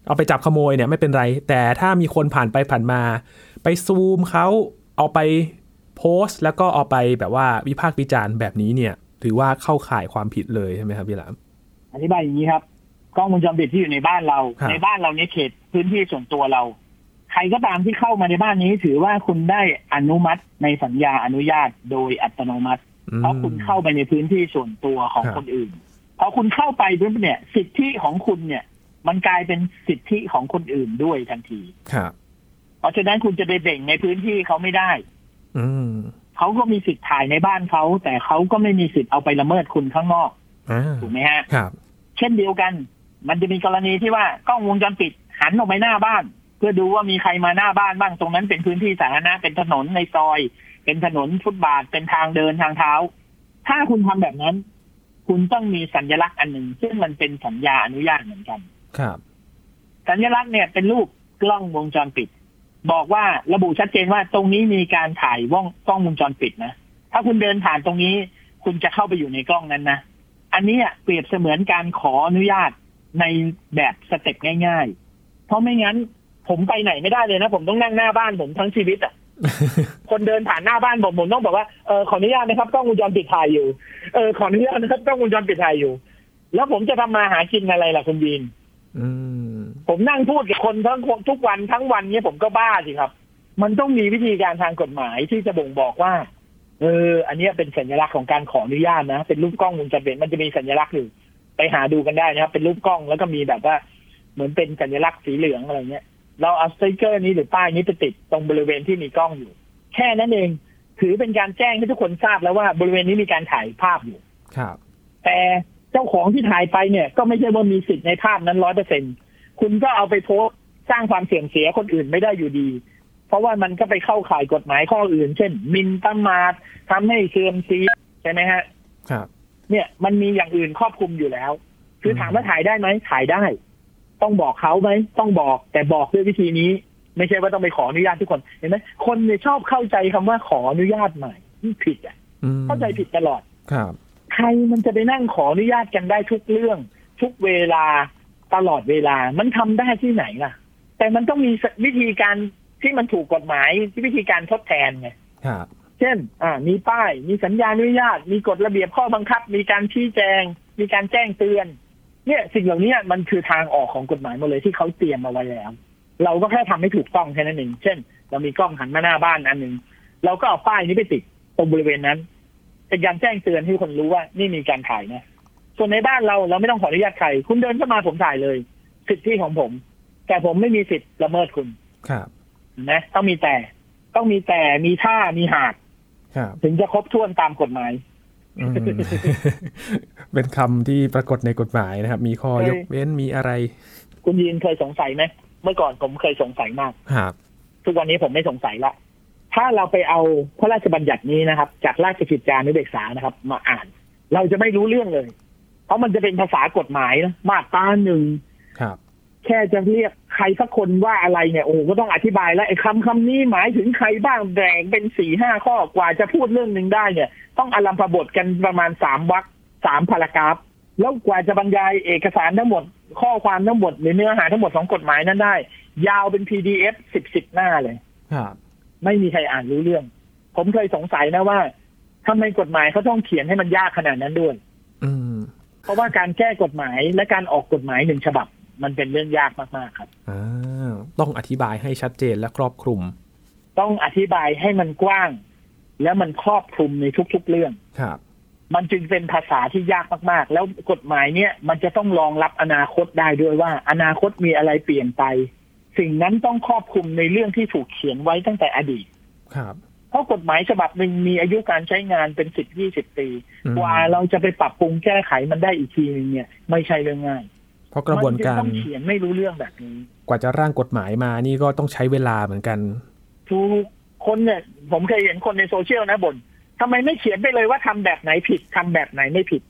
Speaker 1: เอาไปจับขโมยเนี่ยไม่เป็นไร แต่ถ้ามีคนผ่านไปผ่านมา ไปซูมเขาเอาไปโพสต์ แล้วก็เอาไปแบบว่าวิพากษ์วิจารณ์แบบนี้เนี่ย ถือว่าเข้าข่ายความผิดเลยใช่ไหมครับพี่หลาม
Speaker 2: อธิบายอย่างนี้ครับกล้องวงจรปิดที่อยู่ในบ้านเรา
Speaker 1: ครับ
Speaker 2: ในบ้านเราเนี่ยเขตพื้นที่ส่วนตัวเรา ใครก็ตามที่เข้ามาในบ้านนี้ ถือว่าคุณได้อนุมัติในสัญญาอนุญาตโดยอัตโนมัติ
Speaker 1: อืม
Speaker 2: เพราะคุณเข้าไปในพื้นที่ส่วนตัวของ
Speaker 1: ครับ
Speaker 2: คนอื่นพอคุณเข้าไปปุ๊บเนี่ย สิทธิของคุณเนี่ย มันกลายเป็นสิทธิของคนอื่นด้วยทันที
Speaker 1: ครับ
Speaker 2: เพราะฉะนั้นคุณจะไปเบ่งในพื้นที่เขาไม่ได้
Speaker 1: อืม
Speaker 2: เขาก็มีสิทธิ์ถ่ายในบ้านเขาแต่เขาก็ไม่มีสิทธิ์เอาไปละเมิดคุณข้างนอก
Speaker 1: อ่า
Speaker 2: ถูกไหมฮะ
Speaker 1: ครับ
Speaker 2: เช่นเดียวกัน มันจะมีกรณีที่ว่ากล้องวงจรปิดหันออกไปหน้าบ้าน เพื่อดูว่ามีใครมาหน้าบ้านบ้างตรงนั้นเป็นพื้นที่สาธารณะเป็นถนนในซอย เป็นถนนฟุตบาทเป็นทางเดินทางเท้า ถ้าคุณทำแบบนั้น คุณต้องมีสัญลักษณ์อันหนึ่ง ซึ่งมันเป็นสัญญาอนุญาตเหมือนกัน
Speaker 1: ครับ
Speaker 2: สัญลักษณ์เนี่ยเป็นรูปกล้องวงจรปิด บอกว่าระบุชัดเจนว่าตรงนี้มีการถ่ายว่องกล้องวงจรปิดนะ ถ้าคุณเดินผ่านตรงนี้ คุณจะเข้าไปอยู่ในกล้องนั้นนะอันเนี้ยเปรียบเสมือนการขออนุญาตในแบบสเต็ปง่าย ๆ เพราะไม่งั้น ผมไปไหนไม่ได้เลยนะ ผมต้องนั่งหน้าบ้านผมทั้งชีวิตอ่ะ คนเดินผ่านหน้าบ้านผมผมต้องบอกว่าเออขออนุญาตนะครับกล้องวงจรปิดถ่ายอยู่เออขออนุญาตนะครับกล้องวงจรปิดถ่ายอยู่ แล้วผมจะทำมาหากินอะไรล่ะคุณบีน
Speaker 1: อืม
Speaker 2: ผมนั่งพูดกับคนทั้งคนทุกวันทั้งวันเนี่ยผมก็บ้าสิครับ มันต้องมีวิธีการทางกฎหมายที่จะบ่งบอกว่า เออ อันเนี้ยเป็นสัญลักษณ์ของการขออนุญาตนะ เป็นรูปกล้องวงจรปิดมันจะมีสัญลักษณ์อยู่ ไปหาดูกันได้นะครับ เป็นรูปกล้องแล้วก็มีแบบว่า เหมือนเป็นสัญลักษณ์สีเหลืองอะไรเงี้ย เราเอาสติกเกอร์นี้หรือป้ายนี้ไปติดตรงบริเวณที่มีกล้องอยู่ แค่นั้นเอง ถือเป็นการแจ้งให้ทุกคนทราบแล้วว่าบริเวณนี้มีการถ่ายภาพอยู่
Speaker 1: ครับ
Speaker 2: แต่ เจ้าของที่ถ่ายไปเนี่ย ก็ไม่ใช่ว่ามีสิทธิ์ในภาพนั้นร้อยเปอร์เซ็นคุณก็เอาไปโพสต์สร้างความเสื่อมเสียคนอื่นไม่ได้อยู่ดี เพราะว่ามันก็ไปเข้าข่ายกฎหมายข้ออื่น เช่นหมินประมาททำให้เสื่อมเสียใช่ไหมฮะ
Speaker 1: ครับ
Speaker 2: เนี่ยมันมีอย่างอื่นครอบคลุมอยู่แล้ว คือ
Speaker 1: อืม
Speaker 2: ถามว่าถ่ายได้ไหมถ่ายได้ ต้องบอกเขาไหมต้องบอก แต่บอกด้วยวิธีนี้ ไม่ใช่ว่าต้องไปขออนุญาตทุกคนเห็นไหมคนเนี่ยชอบเข้าใจคำว่าขออนุญาตใหม่นี่ผิดอ่ะ
Speaker 1: อืม
Speaker 2: เข้าใจผิดตลอด
Speaker 1: ครับ
Speaker 2: ใครมันจะไปนั่งขออนุญาตกันได้ทุกเรื่อง ทุกเวลาตลอดเวลามันทำได้ที่ไหนล่ะ แต่มันต้องมีวิธีการที่มันถูกกฎหมายวิธีการทดแทนไง
Speaker 1: ครับ
Speaker 2: เช่น อ่า มีป้าย มีสัญญาอนุญาต มีกฎระเบียบข้อบังคับ มีการชี้แจง มีการแจ้งเตือน เนี่ยสิ่งเหล่านี้มันคือทางออกของกฎหมายหมดเลยที่เขาเตรียมมาไว้แล้ว เราก็แค่ทำให้ถูกต้องแค่นั้นเอง เช่น เรามีกล้องหันมาหน้าบ้านอันหนึ่ง เราก็เอาป้ายนี้ไปติดตรงบริเวณนั้น เป็นการแจ้งเตือนให้คนรู้ว่านี่มีการถ่ายนะ ส่วนในบ้านเราเราไม่ต้องขออนุญาตใคร คุณเดินเข้ามาผมถ่ายเลย สิทธิของผม แต่ผมไม่มีสิทธิ์ละเมิดคุณ
Speaker 1: ครับ
Speaker 2: นะต้องมีแต่ ต้องมีแต่ มีท่า มีหาก
Speaker 1: ครับ
Speaker 2: ถึงจะครบถ้วนตามกฎหมาย
Speaker 1: อืม เป็นคำที่ปรากฏในกฎหมายนะครับ มีข้อ
Speaker 2: เอ้ย
Speaker 1: ยกเว้นมีอะไร
Speaker 2: คุณยีนเคยสงสัยไหมเมื่อก่อนผมเคยสงสัยมาก
Speaker 1: ครับ
Speaker 2: ทุกวันนี้ผมไม่สงสัยละ ถ้าเราไปเอาพระราชบัญญัตินี้นะครับ จากราชกิจจานุเบกษานะครับ มาอ่าน เราจะไม่รู้เรื่องเลย เพราะมันจะเป็นภาษากฎหมายนะมาตราหนึ่ง
Speaker 1: ครับ
Speaker 2: แค่จะเรียกใครสักคนว่าอะไรเนี่ยโอ้โหก็ต้องอธิบายแล้วไอ้คำคำนี้หมายถึงใครบ้างแบ่งเป็นสี่ห้าข้อกว่าจะพูดเรื่องหนึ่งได้เนี่ย ต้องอลัมพบทกันประมาณสามวรรคสามพารากราฟแล้วกว่าจะบรรยายเอกสารทั้งหมด ข้อความทั้งหมดหรือเนื้อหาทั้งหมดของกฎหมายนั้นได้ ยาวเป็น PDF สิบสิบหน้าเลย
Speaker 1: ครับ
Speaker 2: ไม่มีใครอ่านรู้เรื่อง ผมเคยสงสัยนะว่าทำไมกฎหมายเขาต้องเขียนให้มันยากขนาดนั้นด้วย
Speaker 1: อืม
Speaker 2: เพราะว่าการแก้กฎหมายและการออกกฎหมายหนึ่งฉบับ มันเป็นเรื่องยากมากๆครับ
Speaker 1: อ่าต้องอธิบายให้ชัดเจนและครอบคลุม
Speaker 2: ต้องอธิบายให้มันกว้าง แล้วมันครอบคลุมในทุกๆเรื่อง
Speaker 1: ครับ
Speaker 2: มันจึงเป็นภาษาที่ยากมากๆ แล้วกฎหมายเนี่ยมันจะต้องรองรับอนาคตได้ด้วยว่า อนาคตมีอะไรเปลี่ยนไป สิ่งนั้นต้องครอบคลุมในเรื่องที่ถูกเขียนไว้ตั้งแต่อดีต
Speaker 1: ครับ
Speaker 2: เพราะกฎหมายฉบับหนึ่งมีอายุการใช้งานเป็นสิบยี่สิบปี
Speaker 1: อืม
Speaker 2: กว่าเราจะไปปรับปรุงแก้ไขมันได้อีกทีนึงเนี่ย ไม่ใช่เรื่องง่าย
Speaker 1: เพราะกระบวนกา
Speaker 2: มันจึง
Speaker 1: ร
Speaker 2: ต้องเขียนไม่รู้เรื่องแบบนี้
Speaker 1: กว่าจะร่างกฎหมายมานี่ก็ต้องใช้เวลาเหมือนกัน
Speaker 2: ถูกคนเนี่ย ผมเคยเห็นคนในโซเชียลนะบน่นทำไมไม่เขียนไปเลยว่าทำแบบไหนผิดทำแบบไหนไม่ผิด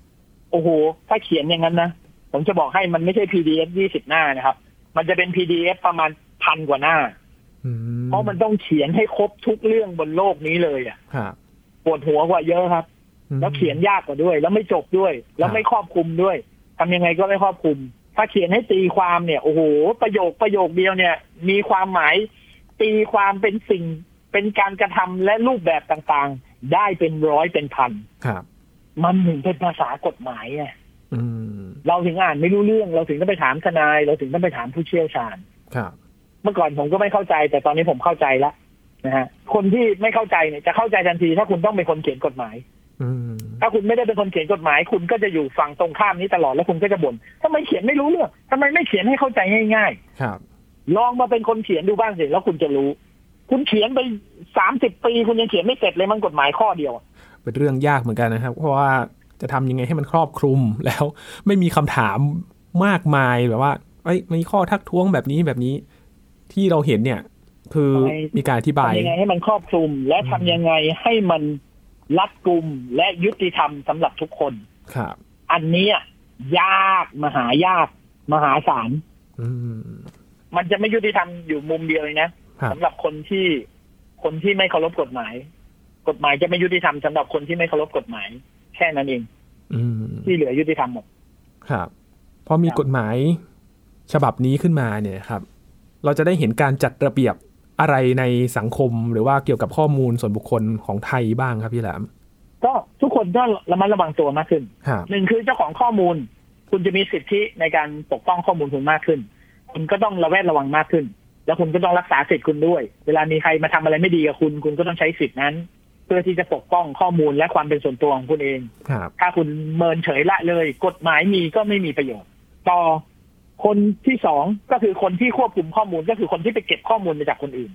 Speaker 2: โอ้โห ถ้าเขียนอย่างนั้นนะ ผมจะบอกให้มันไม่ใช่ PDF ยี่สิบหน้านะครับ มันจะเป็น PDF ประมาณพันกว่าหน้า
Speaker 1: อื
Speaker 2: เพราะมันต้องเขียนให้ครบทุกเรื่องบนโลกนี้เลยอะ
Speaker 1: ครับ
Speaker 2: ปวดหัวกว่าเยอะครับ
Speaker 1: อืม
Speaker 2: แล้วเขียนยากกว่าด้วย แล้วไม่จบด้วย แล้วไม่ครอบคลุมด้วยทำยังไงก็ไม่ครอบคลุม ถ้าเขียนให้ตีความเนี่ย โอ้โห ประโยคประโยคเดียวเนี่ย มีความหมาย ตีความเป็นสิ่ง เป็นการกระทำและรูปแบบต่างๆ ได้เป็นร้อยเป็นพัน
Speaker 1: ครับ
Speaker 2: มันถึงเป็นภาษากฎหมายไง
Speaker 1: อืม
Speaker 2: เราถึงอ่านไม่รู้เรื่อง เราถึงต้องไปถามทนาย เราถึงต้องไปถามผู้เชี่ยวชาญ
Speaker 1: ครับ
Speaker 2: เมื่อก่อนผมก็ไม่เข้าใจ แต่ตอนนี้ผมเข้าใจแล้วนะฮะ คนที่ไม่เข้าใจเนี่ยจะเข้าใจทันที ถ้าคุณต้องเป็นคนเขียนกฎหมาย
Speaker 1: อืม
Speaker 2: ถ้าคุณไม่ได้เป็นคนเขียนกฎหมาย คุณก็จะอยู่ฝั่งตรงข้ามนี้ตลอดแล้วคุณก็จะบ่นทำไมเขียนไม่รู้เรื่องทำไมไม่เขียนให้เข้าใจง่าย
Speaker 1: ครับ
Speaker 2: ๆลองมาเป็นคนเขียนดูบ้างสิแล้วคุณจะรู้ คุณเขียนไปสามสิบปีคุณยังเขียนไม่เสร็จเลยมันกฎหมายข้อเดียวอะ
Speaker 1: เป็นเรื่องยากเหมือนกันนะครับ เพราะว่าจะทำยังไงให้มันครอบคลุมแล้วไม่มีคำถามมากมายแบบว่าเอ้ยมีข้อทักท้วงแบบนี้แบบนี้ ที่เราเห็นเนี่ย คือมีการอธิบาย
Speaker 2: ทำยังไงให้มันครอบคลุม และทำยังไงให้มันรัดกุมและยุติธรรมสำหรับทุกคน
Speaker 1: ครับ
Speaker 2: อันเนี้ยยากมหายาก มหาศาล
Speaker 1: อืม
Speaker 2: มันจะไม่ยุติธรรมอยู่มุมเดียวเลยนะ
Speaker 1: ครับ
Speaker 2: สำหรับคนที่คนที่ไม่เคารพกฎหมาย กฎหมายจะไม่ยุติธรรมสำหรับคนที่ไม่เคารพกฎหมาย แค่นั้นเอง
Speaker 1: อืม
Speaker 2: ที่เหลือยุติธรรมหมด
Speaker 1: ครับพอมี
Speaker 2: ครับ
Speaker 1: กฎหมายฉบับนี้ขึ้นมาเนี่ยครับ เราจะได้เห็นการจัดระเบียบอะไรในสังคมหรือว่าเกี่ยวกับข้อมูลส่วนบุคคลของไทยบ้างครับพี่แหลม
Speaker 2: ก็ทุกคนก็ระมัดระวังตัวมากขึ้น
Speaker 1: ครับ
Speaker 2: หนึ่งคือเจ้าของข้อมูล คุณจะมีสิทธิในการปกป้องข้อมูลคุณมากขึ้น คุณก็ต้องระแวดระวังมากขึ้น แล้วคุณก็ต้องรักษาสิทธิ์คุณด้วย เวลามีใครมาทำอะไรไม่ดีกับคุณ คุณก็ต้องใช้สิทธินั้น เพื่อที่จะปกป้องข้อมูลและความเป็นส่วนตัวของคุณเอง
Speaker 1: ครับ
Speaker 2: ถ้าคุณเมินเฉยละเลย กฎหมายมีก็ไม่มีประโยชน์ ต่อคนที่สองก็คือคนที่ควบคุมข้อมูลก็คือคนที่ไปเก็บข้อมูลมาจากคนอื่น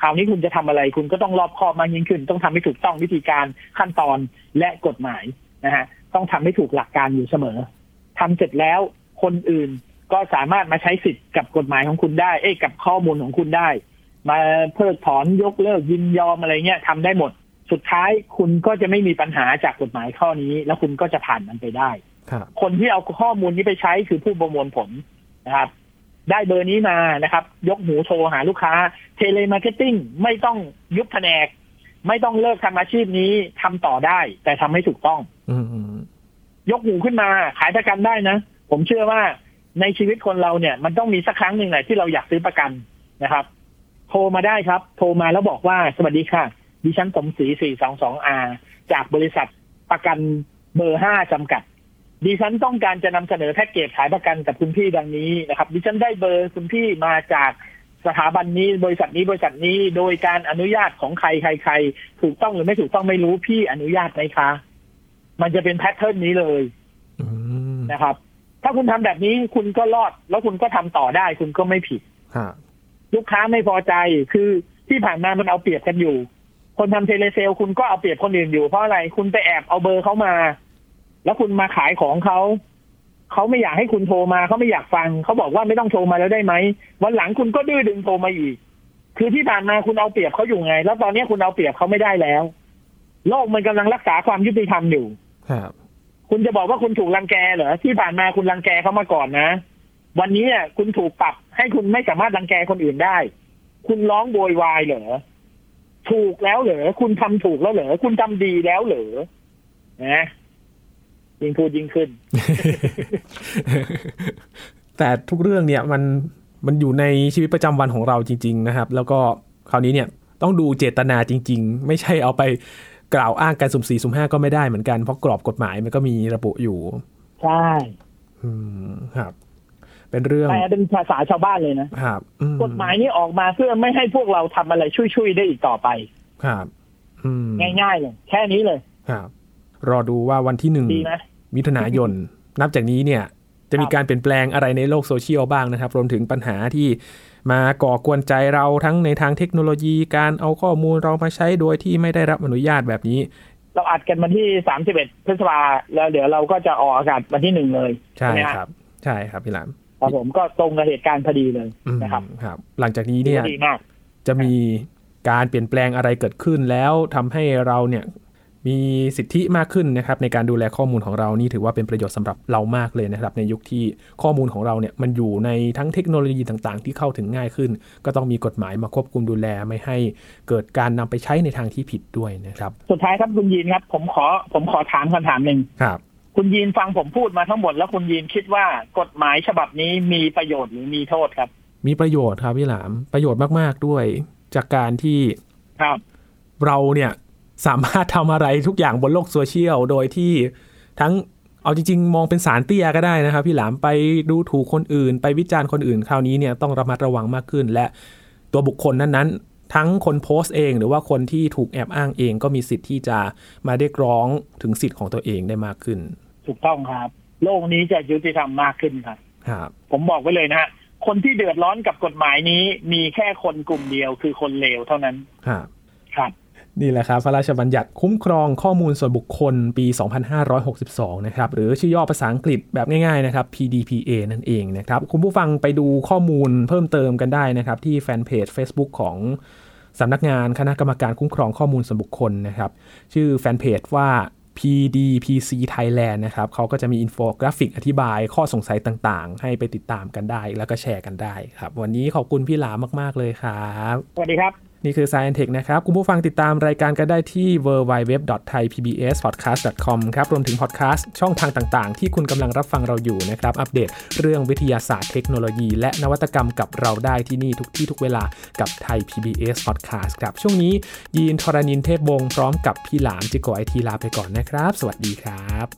Speaker 2: คราวนี้คุณจะทำอะไร คุณก็ต้องรอบคอบมากยิ่งขึ้น ต้องทำให้ถูกต้องวิธีการขั้นตอนและกฎหมายนะฮะต้องทำให้ถูกหลักการอยู่เสมอ ทำเสร็จแล้วคนอื่นก็สามารถมาใช้สิทธิ์กับกฎหมายของคุณได้ เอ้ยกับข้อมูลของคุณได้ มาเพิกถอนยกเลิกยินยอมอะไรเงี้ยทำได้หมด สุดท้ายคุณก็จะไม่มีปัญหาจากกฎหมายข้อนี้ แล้วคุณก็จะผ่านมันไปได้
Speaker 1: ครับ
Speaker 2: คนที่เอาข้อมูลนี้ไปใช้คือผู้ประมวลผลนะครับ ได้เบอร์นี้มานะครับ ยกหูโทรหาลูกค้า เทเลมาร์เก็ตติ้งไม่ต้องยุบแผนก ไม่ต้องเลิกทำอาชีพนี้ทำต่อได้ แต่ทำให้ถูกต้อง
Speaker 1: อืมอืม
Speaker 2: ยกหูขึ้นมาขายประกันได้นะ ผมเชื่อว่าในชีวิตคนเราเนี่ย มันต้องมีสักครั้งหนึ่งแหละที่เราอยากซื้อประกันนะครับ โทรมาได้ครับ โทรมาแล้วบอกว่าสวัสดีค่ะ ดิฉันสมศรี 422R จากบริษัทประกันเบอร์ 5 จำกัด ดิฉันต้องการจะนำเสนอแพ็กเกจขายประกันกับคุณพี่ดังนี้นะครับ ดิฉันได้เบอร์คุณพี่มาจากสถาบันนี้บริษัทนี้บริษัทนี้โดยการอนุญาตของใครใครใครถูกต้องหรือไม่ถูกต้องไม่รู้พี่อนุญาตไหมคะ มันจะเป็นแพทเทิร์นนี้เลย
Speaker 1: อืม
Speaker 2: นะครับ ถ้าคุณทำแบบนี้คุณก็รอด แล้วคุณก็ทำต่อได้ คุณก็ไม่ผิด
Speaker 1: ฮะ
Speaker 2: ลูกค้าไม่พอใจคือที่ผ่านมามันเอาเปรียบกันอยู่ คนทำเทเลเซล คุณก็เอาเปรียบคนอื่นอยู่เพราะอะไรคุณไปแอบเอาเบอร์เขามา แล้วคุณมาขายของเขาเขาไม่อยากให้คุณโทรมาเขาไม่อยากฟังเขาบอกว่าไม่ต้องโทรมาแล้วได้ไหมวันหลังคุณก็ดื้อดึงโทรมาอีก คือที่ผ่านมาคุณเอาเปรียบเขาอยู่ไง แล้วตอนนี้คุณเอาเปรียบเขาไม่ได้แล้ว โลกมันกำลังรักษาความยุติธรรมอยู่
Speaker 1: ครับ
Speaker 2: คุณจะบอกว่าคุณถูกรังแกเหรอที่ผ่านมาคุณรังแกเขามาก่อนนะ วันนี้อ่ะคุณถูกปรับให้คุณไม่สามารถรังแกคนอื่นได้ คุณร้องโวยวายเหรอถูกแล้วเหรอคุณทำถูกแล้วเหรอคุณทำดีแล้วเหรอนะยิ่งพูดยิ่งขึ้น
Speaker 1: แต่ทุกเรื่องเนี่ยมันมันอยู่ในชีวิตประจำวันของเราจริง ๆนะครับ แล้วก็คราวนี้เนี่ยต้องดูเจตนาจริง ๆ ไม่ใช่เอาไปกล่าวอ้างกันสุ่มสี่สุ่มห้าก็ไม่ได้เหมือนกันเพราะกรอบกฎหมายมันก็มีระบุอยู่
Speaker 2: ใช่
Speaker 1: อืมครับ เป็นเรื่อง
Speaker 2: แต่เป็นภาษาชาวบ้านเลยนะ
Speaker 1: ครับอื
Speaker 2: กฎหมายนี้ออกมาเพื่อไม่ให้พวกเราทำอะไรช่วยๆได้อีกต่อไป
Speaker 1: ครับ อืม
Speaker 2: ง่ายๆเลยแค่นี้เลย
Speaker 1: ครับ รอดูว่าวันที่หนึ่ง
Speaker 2: ดีไหม
Speaker 1: มิถุนายน นับจากนี้เนี่ยจะมีการเปลี่ยนแปลงอะไรในโลกโซเชียลบ้างนะครับ รวมถึงปัญหาที่มาก่อกวนใจเราทั้งในทางเทคโนโลยีการเอาข้อมูลเรามาใช้โดยที่ไม่ได้รับอนุญาตแบบนี้
Speaker 2: เราอัดกันวันที่ 31 พฤษภาแล้วเดี๋ยวเราก็จะออกอากาศวันที่หนึ่งเลย
Speaker 1: ใช่
Speaker 2: ไหมฮะ
Speaker 1: ครับ ใช่ครับพี่หลาม
Speaker 2: ครับผมก็ตรงกับเหตุการณ์พอดีเลย
Speaker 1: อืม
Speaker 2: นะครับ
Speaker 1: ครับ หลังจากนี้เนี่ย
Speaker 2: ดีมาก
Speaker 1: จะมีการเปลี่ยนแปลงอะไรเกิดขึ้นแล้วทำให้เราเนี่ยมีสิทธิมากขึ้นนะครับ ในการดูแลข้อมูลของเรานี่ถือว่าเป็นประโยชน์สำหรับเรามากเลยนะครับ ในยุคที่ข้อมูลของเราเนี่ยมันอยู่ในทั้งเทคโนโลยีต่างๆ ที่เข้าถึงง่ายขึ้น ก็ต้องมีกฎหมายมาควบคุมดูแลไม่ให้เกิดการนำไปใช้ในทางที่ผิดด้วยนะครับ
Speaker 2: สุดท้ายครับคุณยีนครับ ผมขอผมขอถามคำถามหนึ่ง
Speaker 1: ครับ
Speaker 2: คุณยีนฟังผมพูดมาทั้งหมดแล้วคุณยีนคิดว่ากฎหมายฉบับนี้มีประโยชน์หรือมีโทษครับ
Speaker 1: มีประโยชน์ครับพี่หลามประโยชน์มากๆด้วย จากการที่
Speaker 2: ครับ
Speaker 1: เราเนี่ยสามารถทำอะไรทุกอย่างบนโลกโซเชียล โดยที่ทั้งเอาจริง ๆ มองเป็นสารเตี้ยก็ได้นะครับ พี่หลามไปดูถูกคนอื่น ไปวิจารณ์คนอื่น คราวนี้เนี่ยต้องระมัดระวังมากขึ้น และตัวบุคคลนั้นๆ ทั้งคนโพสต์เอง หรือว่าคนที่ถูกแอบอ้างเองก็มีสิทธิ์ที่จะมาเรียกร้องถึงสิทธิ์ของตัวเองได้มากขึ้น
Speaker 2: ถูกต้องครับ โลกนี้จะยุติธรรมมากขึ้นครับ
Speaker 1: ครับ
Speaker 2: ผมบอกไว้เลยนะฮะคนที่เดือดร้อนกับกฎหมายนี้ มีแค่คนกลุ่มเดียวคือคนเลวเท่านั้น
Speaker 1: ครับ
Speaker 2: ครับ
Speaker 1: นี่แหละครับพระราชบัญญัติคุ้มครองข้อมูลส่วนบุคคลปี 2562 นะครับ หรือชื่อย่อภาษาอังกฤษแบบง่ายๆนะครับ PDPA นั่นเองนะครับ คุณผู้ฟังไปดูข้อมูลเพิ่มเติมกันได้นะครับ ที่แฟนเพจ Facebook ของสำนักงานคณะกรรมการคุ้มครองข้อมูลส่วนบุคคลนะครับ ชื่อแฟนเพจว่า PDPC Thailand นะครับเขาก็จะมีอินโฟกราฟิกอธิบายข้อสงสัยต่างๆ ให้ไปติดตามกันได้ แล้วก็แชร์กันได้ครับ วันนี้ขอบคุณพี่หลามากๆเลยครับ
Speaker 2: สวัสดีครับ
Speaker 1: นี่คือ Science Tech นะครับ คุณผู้ฟังติดตามรายการกันได้ที่ www.thaipbspodcast.com ครับ รวมถึงพอดแคสต์ช่องทางต่างๆ ที่คุณกำลังรับฟังเราอยู่นะครับ อัปเดตเรื่องวิทยาศาสตร์เทคโนโลยี และนวัตกรรมกับเราได้ที่นี่ทุกที่ทุกเวลากับไทย PBS Podcast ครับ ช่วงนี้ยีนทรณินเทพวงศ์พร้อมกับพี่หลามจิโกไอทีลาไปก่อนนะครับ สวัสดีครับ